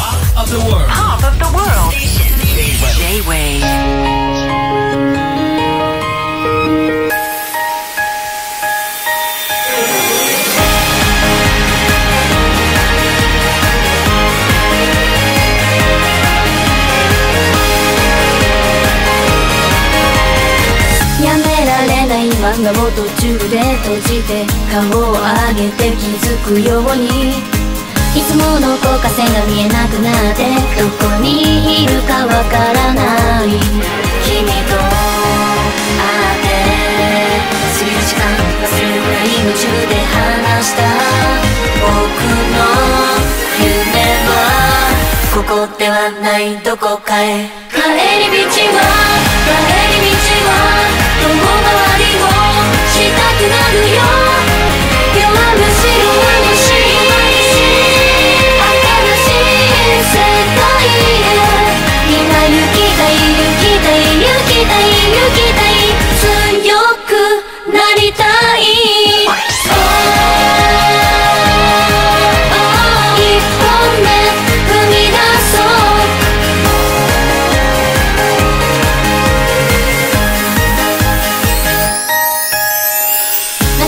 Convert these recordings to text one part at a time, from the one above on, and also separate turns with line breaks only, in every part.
of the world.
Top of the world. J-Wave.
「やめられない漫画を途中で閉じて」「顔を上げて気づくように」「いつもの高架線が見えなくなって」「どこにいるかわからない」「君と会って」「過ぎる時間忘れるくらい夢中で話した」「僕の夢はここではないどこかへ」帰り道は帰り道は遠回りをしたくなるよ弱虫弱虫新しい世界へ今行きたい行きたい行きたい行きたい強くなりたい「一本目踏み出そう」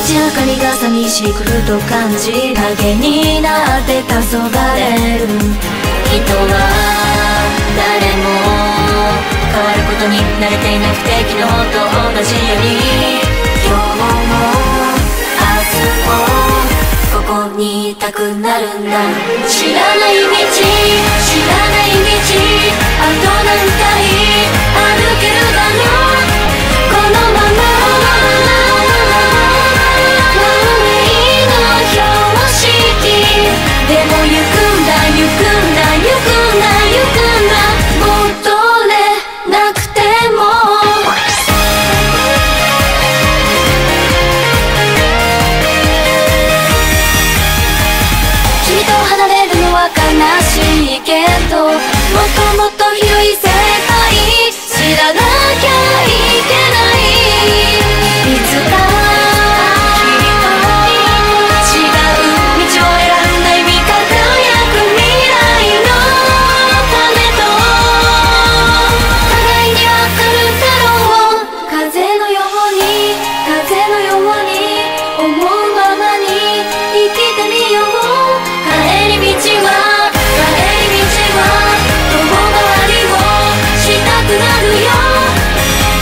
街明かりが寂しくると感じ影になって黄昏れる人は誰も変わることに慣れていなくて昨日と同じように今日も明日もここにいたくなるんだ知らない道知らない道あと何回歩けるだろうこのまま運命の標識でも行くんだ行くんだ行くんだ行くんだ戻れなくても君と離れるのは悲しいけどもっともっと広い世界知らなきゃいけないいつかきっと違う道を選んだ意味輝く未来のためと互いには来るだろう風のように風のように思うままに生きてみよう帰り道は帰り道は遠回りをしたくなるよ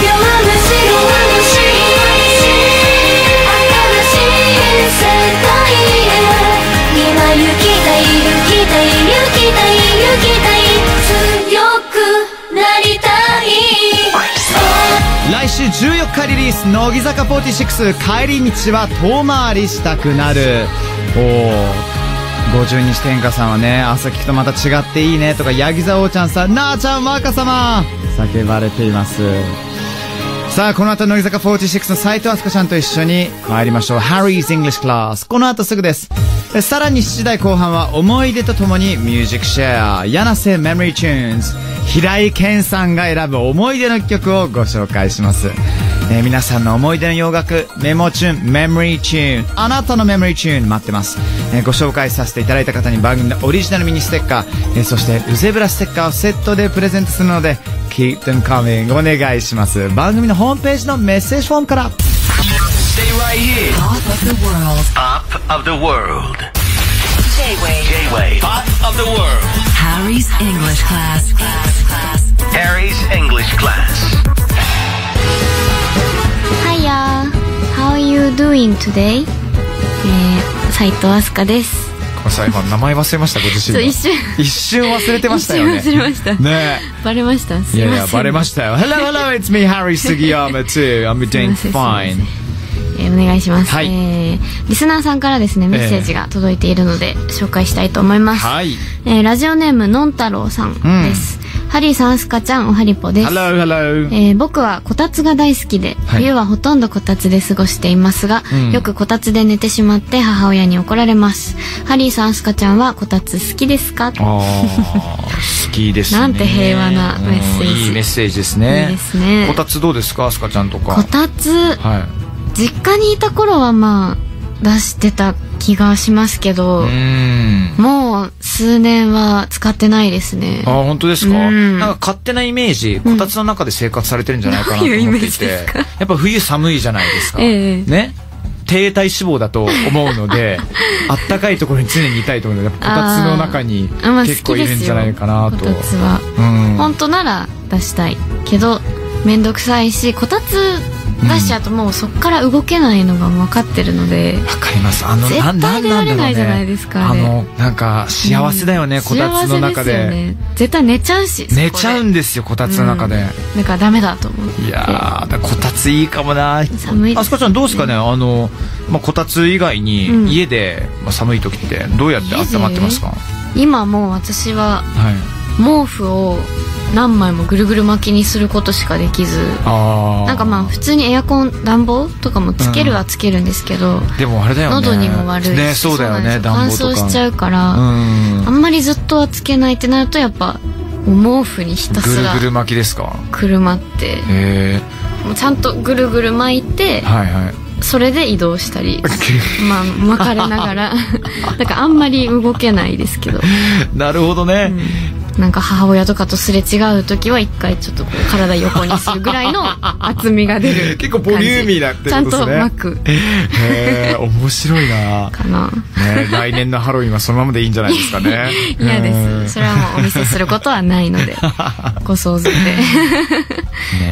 弱虫弱虫新しい世界へ今行きたい行きたい行きたい行きたい強くなりたい
来週14日リリース乃木坂46帰り道は遠回りしたくなるおお50日天下さんはね朝聞くとまた違っていいねとかヤギ座おーちゃんさんなあちゃん若様叫ばれていますさあこの後乃木坂46の斉藤飛鳥ちゃんと一緒に参りましょう Harry's English Class この後すぐですえさらに7時台後半は思い出とともにミュージックシェア柳瀬メモリーチューンズ平井堅さんが選ぶ思い出の曲をご紹介します、えー皆さんの思い出の洋楽メモチューンメモリーチューンあなたのメモリーチューン待ってます、えーご紹介させていただいた方に番組のオリジナルミニステッカー、えーそしてウゼブラステッカーをセットでプレゼントするので Keep them coming お願いします番組のホームページのメッセージフォームから
Stay right here.
Top of the world.
Up of the world.
J-Wave.
J-Wave. Up of the world.
Harry's English class. class, class.
Harry's English class.
Hiya, how you doing today? えー、斉藤飛鳥です。
ごめんなさい今名前忘れましたご自身
そう
の
一瞬
一瞬忘れてましたよね
一瞬忘れました
ね
バレました。
え
す
い
い
やい
ません。
やバレましたよ Hello hello it's me Harry Sugiyama too I'm
すい
doing
ません
fine
えーお願いします。
はい
えーリスナーさんからですねメッセージが届いているので、紹介したいと思います。
はい
えーラジオネームのんたろうさんです。ハリーさん、スカちゃん、おはりぽです。
Hello hello
えー僕はこたつが大好きで、
はい
冬はほとんどこたつで過ごしていますが、
ん
よくこたつで寝てしまって母親に怒られますハリーさんアスカちゃんはこたつ好きですか
あー好きですね
なんて平和なメッセージ
うんいいメッセージですね
いいですね
こたつどうですかアスカちゃんとか
こたつ
はい
実家にいた頃はまあ
出してた気がしますけど、
うん。
もう数年は使ってないですね
あ、本当ですか、
うん
なんか勝手なイメージ、こたつの中で生活されてるんじゃないかなと思
どういう
っ
イメ
て
ー
い
ジ
て、
ですか
やっぱ冬寒いじゃないですか。
ええ
ね低体脂肪だと思うの で、あったかいところに常にいたいと思うので、やっぱこたつの中に
あまあ
結
好
構
き
い
で
るん
す
じ
よ
ゃないかな。
ことたつは
うん。
本当なら出したいけどめんどくさいしこたつ出しちゃうともうそっから動けないのが分かってるので、
わかります。あの、
絶
な
対
んなんなんだ
出られ
ろ
な
う
いじゃない
ね
です。か
あ
あれ
の、なんか、幸せだよね、こたつの中で。
幸せすよね絶対寝ちゃうし
寝ちゃうん
で
ですよ、こたつの中で。
だからダメだと思って
いやー、だからこたついいかもな
寒いです
あすかちゃんどうですかね、あの、まあ、こたつ以外に、
うん
家で、まあ、寒い時って、どうやって温まってますかは。
今もう私はい毛布を何枚もぐるぐる巻きにすることしかできず
あー
なんかまあ普通にエアコン暖房とかもつけるはつけるんですけど、
でもあれだよね。
喉にも悪いし
ね、そうだよね、
そうな
暖
ん
房
です
とか。
乾燥しちゃうから、
うん
あ。んまりずっとはつけないってなるとやっぱお毛布にひた
ぐ
す
る
ら
ぐる巻きですか
くるまって
へ
もうちゃんとぐるぐる巻いて
え、はいはい。
それで移動したりまあ巻かれなが らだからあんまり動けないですけど
なるほどね。
なんか母親とかとすれ違う時は一回ちょっとこう体横にするぐらいの厚みが出る
結構ボリューミーなってことですね
感じちゃんと巻く
へえ、面白いな
かな。
ね、来年のハロウィンはそのままでいいんじゃないですかね
嫌ですそれはもうお見せすることはないの でご想像で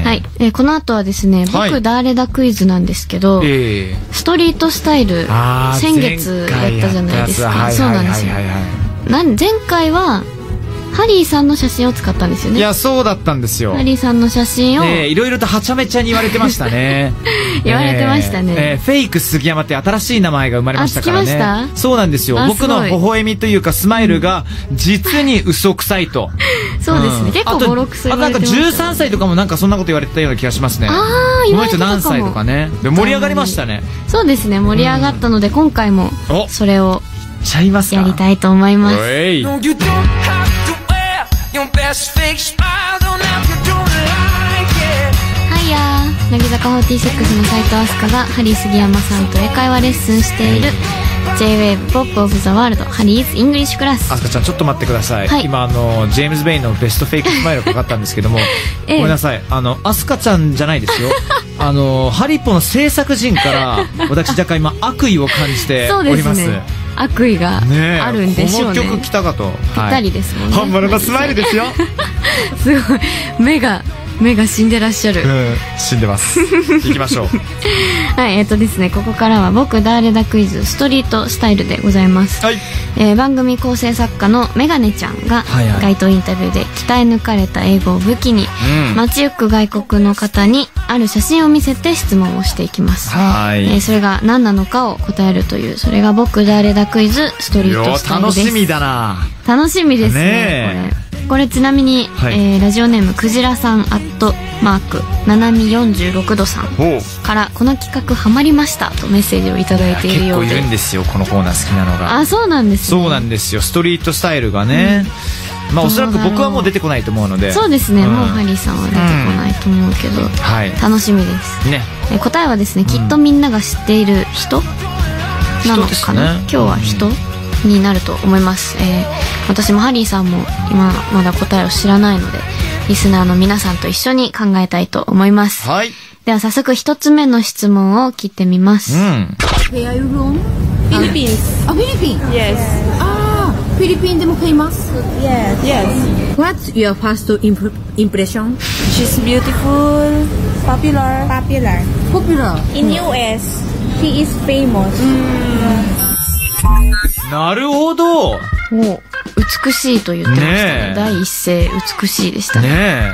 はい、えーこの後はですね「
はい
僕誰だクイズ」なんですけど、
ええ
ストリートスタイル
あー
先月やったじゃないですか、
前回やったやつ
そうなんですよ
はいはいはいは
なん前回はハリーさんの写真を使ったんですよ
いい
ね
や、そうだったんですよ。
ハリーさんの写真を、。
ねえ、いろいろとはちゃめちゃに言われてましたね
言われてましたね
ええええフェイク杉山って新しい名前が生まれましたからね。
あ聞きました
そうなんですよ。
あ
僕
す
の
ごい
微笑みというかスマイルが実に嘘くさいと。
そうですね、結構
あと
ボロクソ
あ
言
となん
われ
か
てました
13歳とかもなんかそんなこと言われてたような気がしますね。
あー
こ
言わ
の
れて
人
たか
何
も
歳とかね。でも盛り上がりましたね。
そうですね盛り上がったので、今回も
お
それを
しちゃいますか
やりたいと思います
おい
No, you don't have to wear your best fake smile. Don't have to do it like it.
はいやー乃木坂46の斉藤飛鳥がハリー杉山さんと英会話レッスンしている J-WAVE POP OF THE WORLD ハリーズ・イングリッシュクラス
あすかちゃんちょっと待ってください、
はい
今あのジェームズ・ベイのベストフェイクスマイルがかかったんですけども、
ええ
ごめんなさいあのアスカちゃんじゃない ですよあのハリポの制作陣から私若干今悪意を感じて
そ
お
うで
りますす
ね悪意が
ねえ
あるんでしょうね
この曲来たかとぴった
りですもんね
本物のスマイルです よ、
すごい目が目が死んでらっしゃる、
うん、死んでます行きまし ょう
はいえっ、とですねここからは僕誰だクイズストリートスタイルでございます、
はい
えー番組構成作家のメガネちゃんが
はいはい
街頭インタビューで鍛え抜かれた英語を武器に、
うん
街行く外国の方にある写真を見せて質問をしていきます
はい
えーそれが何なのかを答えるというそれが僕誰だクイズストリ
い
ー
や
トスタイル
楽
です
しみだな
楽しみですね
ね
これこれちなみに、
はい
えーラジオネームクジラさんアットマークななみ46度さん
ほう
からこの企画ハマりましたとメッセージをいただいている
結
よ
構
う
い
で
るんですよこのコーナー好きなのが
あそうなんです、ね、
そうなんですよストリートスタイルがね、まあおそらく僕はもう出てこないと思うので
そうですね、
ん
もうハリーさんは出てこないと思うけど、
はい
楽しみです、
ね
えー答えはですねきっとみんなが知っている人なのか
人
な、
ですね
今日は人、になると思います、えー私もハリーさんも今まだ答えを知らないのでリスナーの皆さんと一緒に考えたいと思います、
はい
では早速一つ目の質問を聞いてみます、
うん、
Where are you from? Philippines. Oh, Philippines. Yes. Ah, Philippines demo famous. Yes. Yes. What's your first imp- impression?
She's beautiful, popular, popular.
Popular. Mm.
In US, she is famous.
なるほどね
もう美しいと言ってましたね
ねえ
第一声美しいでしたね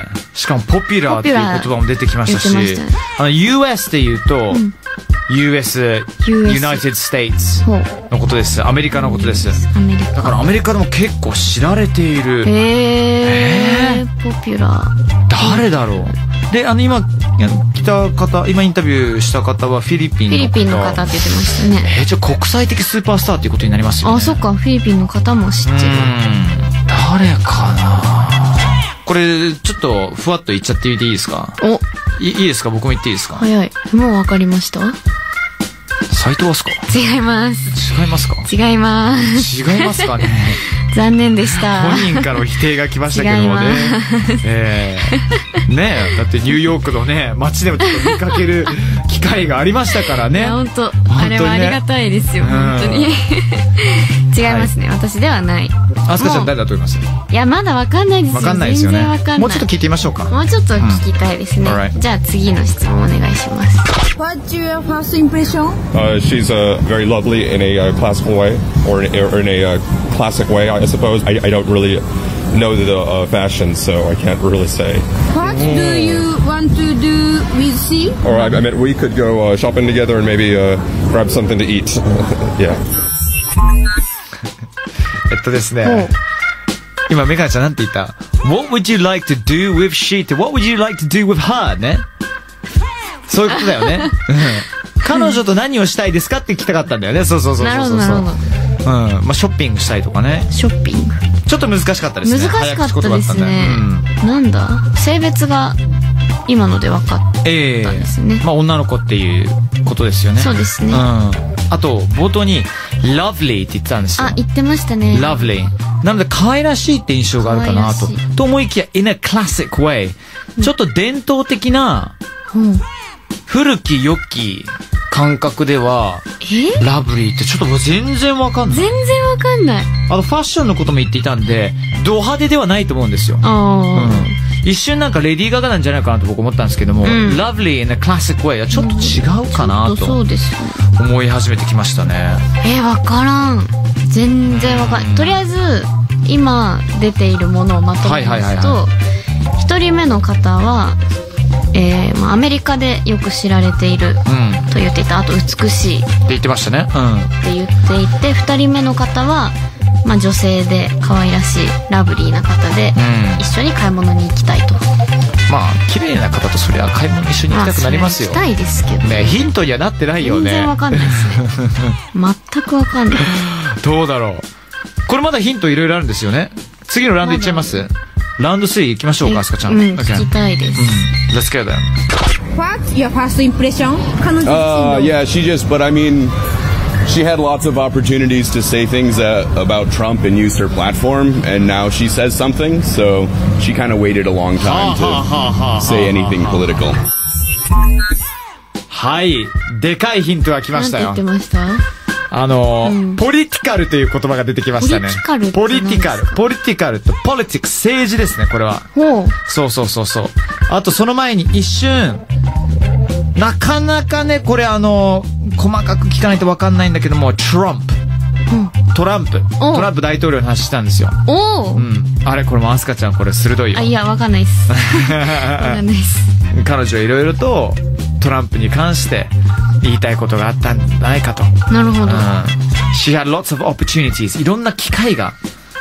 えしかもポピュラーっていう言葉も出てきましたし
ポピュラー言ってまし
あの US っていうと、US
US
United States
ほう
のことですアメリカのことです
アメリカ
だからアメリカでも結構知られている
へえポピュラー
誰だろうであの今来た方今インタビューした方はフィリピン
フ
の
ィリピンの方って言ってましたね
えー、じゃあ国際的スーパースターっていうことになりますよね
あそっかフィリピンの方も知って
う
る
ん誰かなこれちょっとふわっと言っちゃってみていいですか
お
いいいですか僕も言っていいですか
早いもう分かりました
斎藤飛鳥
違います。
違いますか
違い ます。
違いますかね
残念でした。
本人からの否定が来ましたけどもね
違いま、
ええねえだってニューヨークのね街でもちょっと見かける機会がありましたから
い
ね
や本当
当ね
あれはありがたいですよ、
うん
本当 に違いますね、私ではない
飛鳥ちゃん誰だと思います
いやまだわかんないですよ
わかんないですよ
全然わ
ね
かんない
もうちょっと聞いてみましょうか
もうちょっと聞きたいですね、
うん Alright
じゃあ次の質問お願いします
What's your first impression?
Uh, she's uh, very lovely in a uh, classical way, or in, or in a uh, classic way, I suppose. I, I don't really know the uh, fashion, so I can't really say.
What do you want to do with she?
Or I, I mean, we could go uh, shopping together and maybe uh, grab something to eat. yeah.
えっとですね今メガネちゃんなんて言った What would you like to do with she って What would you like to do with her ねそういうことだよ ねうん彼女と何をしたいですかって聞きたかったんだよねそうそうそう
なる
そう
ほ
そ
ど
う
なるほど
うんまあ、ショッピングしたいとかね
ショッピング
ちょっと難しかったです
難
ね
しかったですね
早口言葉だったんでうん
なんだ性別が今ので分かっ
ええ
たんですね
まあ女の子っていうことですよね
そうですね
ん、あと冒頭に「lovely」って言ってたんですよ
あ言ってましたね
lovely なので可愛らしいって印象があるかなと
可愛らし
と思いきや in a classic way ちょっと伝統的な
うん
古き良き感覚では
え
ラブリーってちょっともう全然わかんない
全然分かんない
あのファッションのことも言っていたんでド派手ではないと思うんですよ
ああ、
うん一瞬なんかレディー・ガガなんじゃないかなと僕思ったんですけども、
ん
ラブリー in a classic way はちょっと違うかな
ちょっそ
と
うですね
思い始めてきましたね。
えわからん全然わかんないとりあえず今出ているものをまとめ
はいは
ま
いはい
すと1人目の方は、えーまあ、アメリカでよく知られている
うん。って
と言っていたあと美しいって
言ってましたね。
言っていて2人目の方は、まあ、女性で可愛らしいラブリーな方で、
うん
一緒に買い物に行きたいと
まあ、綺麗な方とそりゃ買い物一緒に行きたくなりますよ
あ。それは行きたいですけど、
ねヒントにはなってないよ
全然わ
ね。
かんないですね全くわかんない
どうだろう。これまだヒントいろいろあるんですよね。次のラウンドいっちゃいますラウンド3行きましょうか、アスカちゃん。
うん
OK
聞きたいです、
うん。Let's go then.
What's your first impression? 彼女自身の
Uh, yeah, she just, but I mean, she had lots of opportunities to say things uh, about Trump and used her platform, and now she says something, so she kind of waited a long time to say anything political.
はい。でかいヒントが来ま
な
し
ん
た
て言っ
よ
て。ました
あのーポリティカルという言葉が出てきましたね。
ポリ
ポリ
テ
ティ
ィ
カ
カ
ル
ル。
ポリティカルと、ポリティック、政治ですね、これは。
ほう
そうそうそうそう。あとその前に一瞬、なかなかね、これあの、細かく聞かないとわかんないんだけども、トランプ。トランプ。トランプ大統領の話したんですよ。
おお、
うん。あれ、これもアスカちゃん、これ鋭いよ
あ。いやわかんない っすわかんないっす
彼女いろいろと、トランプに関して言いたいことがあったんじゃないかと。
なるほど、
She had lots of opportunities いろんな機会が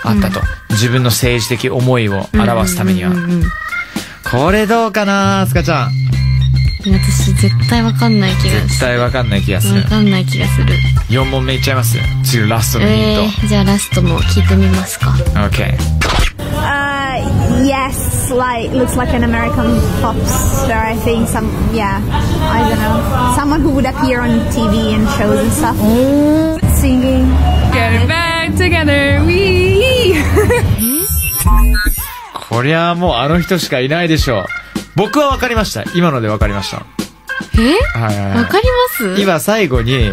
あったと、自分の政治的思いを表すためには、これどうかなスカちゃん
私絶対わかんない気が
絶
す
対わかんない気がす
る
る
わかんない気がする
4問目いっちゃいます次ラストのヒン
えー、じゃあラストも聞いてみますか
ト、OK
Uh, yes, like looks like an American pop star. I think some, yeah, I don't know, someone who would appear on TV and shows and stuff. Singing.
Mm. Getting back together, we.
こりゃもうあの人しかいないでしょう僕はわかりました今のでわかりました
え
はいはいはい
わかります
今最後に、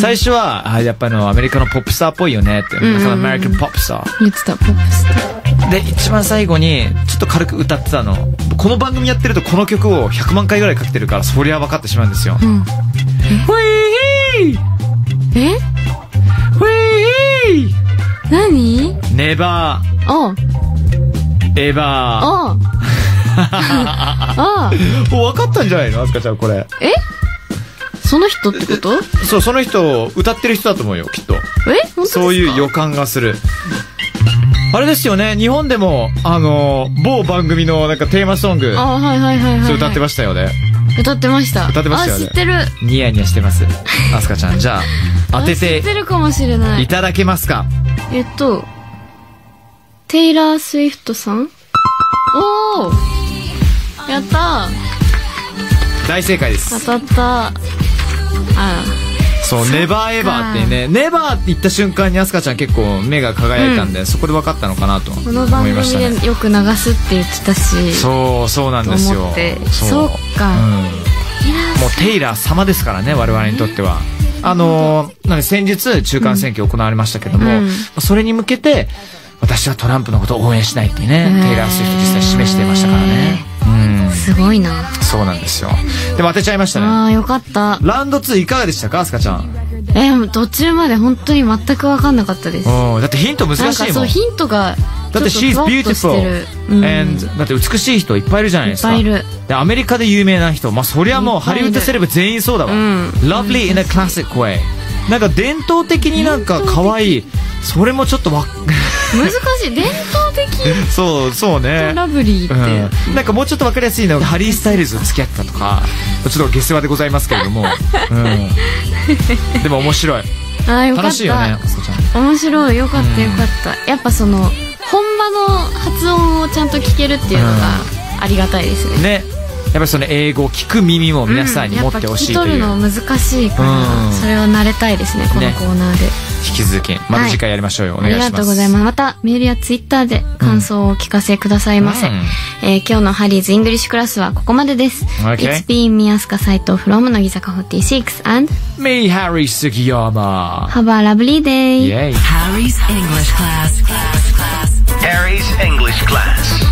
最初はあやっぱあのアメリカのポップスターっぽいよねって、アメリカンポップスター
言ってたポップスター
で一番最後にちょっと軽く歌ってたのこの番組やってるとこの曲を100万回ぐらいかけてるからそりゃ分かってしまうんですよ、うん、ウィー
え
ウィー
何
ネバ
お
ー
う
エ
お
バ
うおう
ーお分かったんじゃないのあすかちゃんこれ
えその人ってこと
そうその人歌ってる人だと思うよきっと
え本当ですか
そういう予感がするあれですよね日本でもあの某番組のなんかテーマソング
あはいはいはいはい、は
そ
い、
れ歌ってましたよね、
た歌ってました
歌ってましたよね
あ知ってる
ニヤニヤしてますあすかちゃんじゃあ当て
あ知
て
ってるかもしれない
いただけますか
えっと、テイラー・スウィフトさんおーやった
大正解です
ー当たったあ
そう、ネバーエバーってね、ネバーって言った瞬間にアスカちゃん結構目が輝いたんで、そこで分かったのかなと
この番
思い
組
ましたね。
でよく流すって言ってたし
そう、そうなんです
と思
よ
って。
そう
そうか
うんもうテイラー様ですからね我々にとっては。あのーなんで先日中間選挙行われましたけども、
うん
まあそれに向けて私はトランプのことを応援しないってね、テイラー・スウィフト実際示していましたからね
すごいな
そうなんですよでも当てちゃいましたね
あーよかった
ラウンド2いかがでしたかアスカちゃんうん
えー途中まで本当に全く分かんなかったです
だってヒント難しいも
なん
ん
かそうヒントが
だって
ち
She's
ょっとふわっとしてる
beautiful、
うん、
and だって美しい人いっぱいいるじゃないですか
いっぱいいる
でアメリカで有名な人まあそりゃもうハリウッドセレブ全員そうだわ、lovely in a classic way なんか伝統的になんか可愛いそれもちょっとわ
難しい伝統的
そうそうね
ラブリーって、
うん、なんかもうちょっと分かりやすいのがハリー・スタイルズと付き合ってたとかちょっと下世話でございますけれど も、うん、でも面白い
ああよかった
楽しいよねあすかちゃん
面白いよかったよかった、やっぱその本場の発音をちゃんと聞けるっていうのがありがたいですね、
ねやっぱりその英語を聞く耳も皆さんに
や
持
っ
っ
ぱ
て
聞
ほし
き
いと
取
い
る
う、
の難しいから、
うん
それは慣れたいですねこの
ね
コーナーで、
引き続きまた次回やりましょうよ、お
あ
願いし
り
ます
がとうございますまたメールやツイッターで感想をお聞かせくださいませ、
うん
えー今日のハリーズイングリッシュクラスはここまでです、
Okay
It's been 宮塚斎藤 from 乃木坂46 and
Me, Harry Sugiyama.
have a lovely day
Yay.
Harry's English class. class, class.
Harry's English class.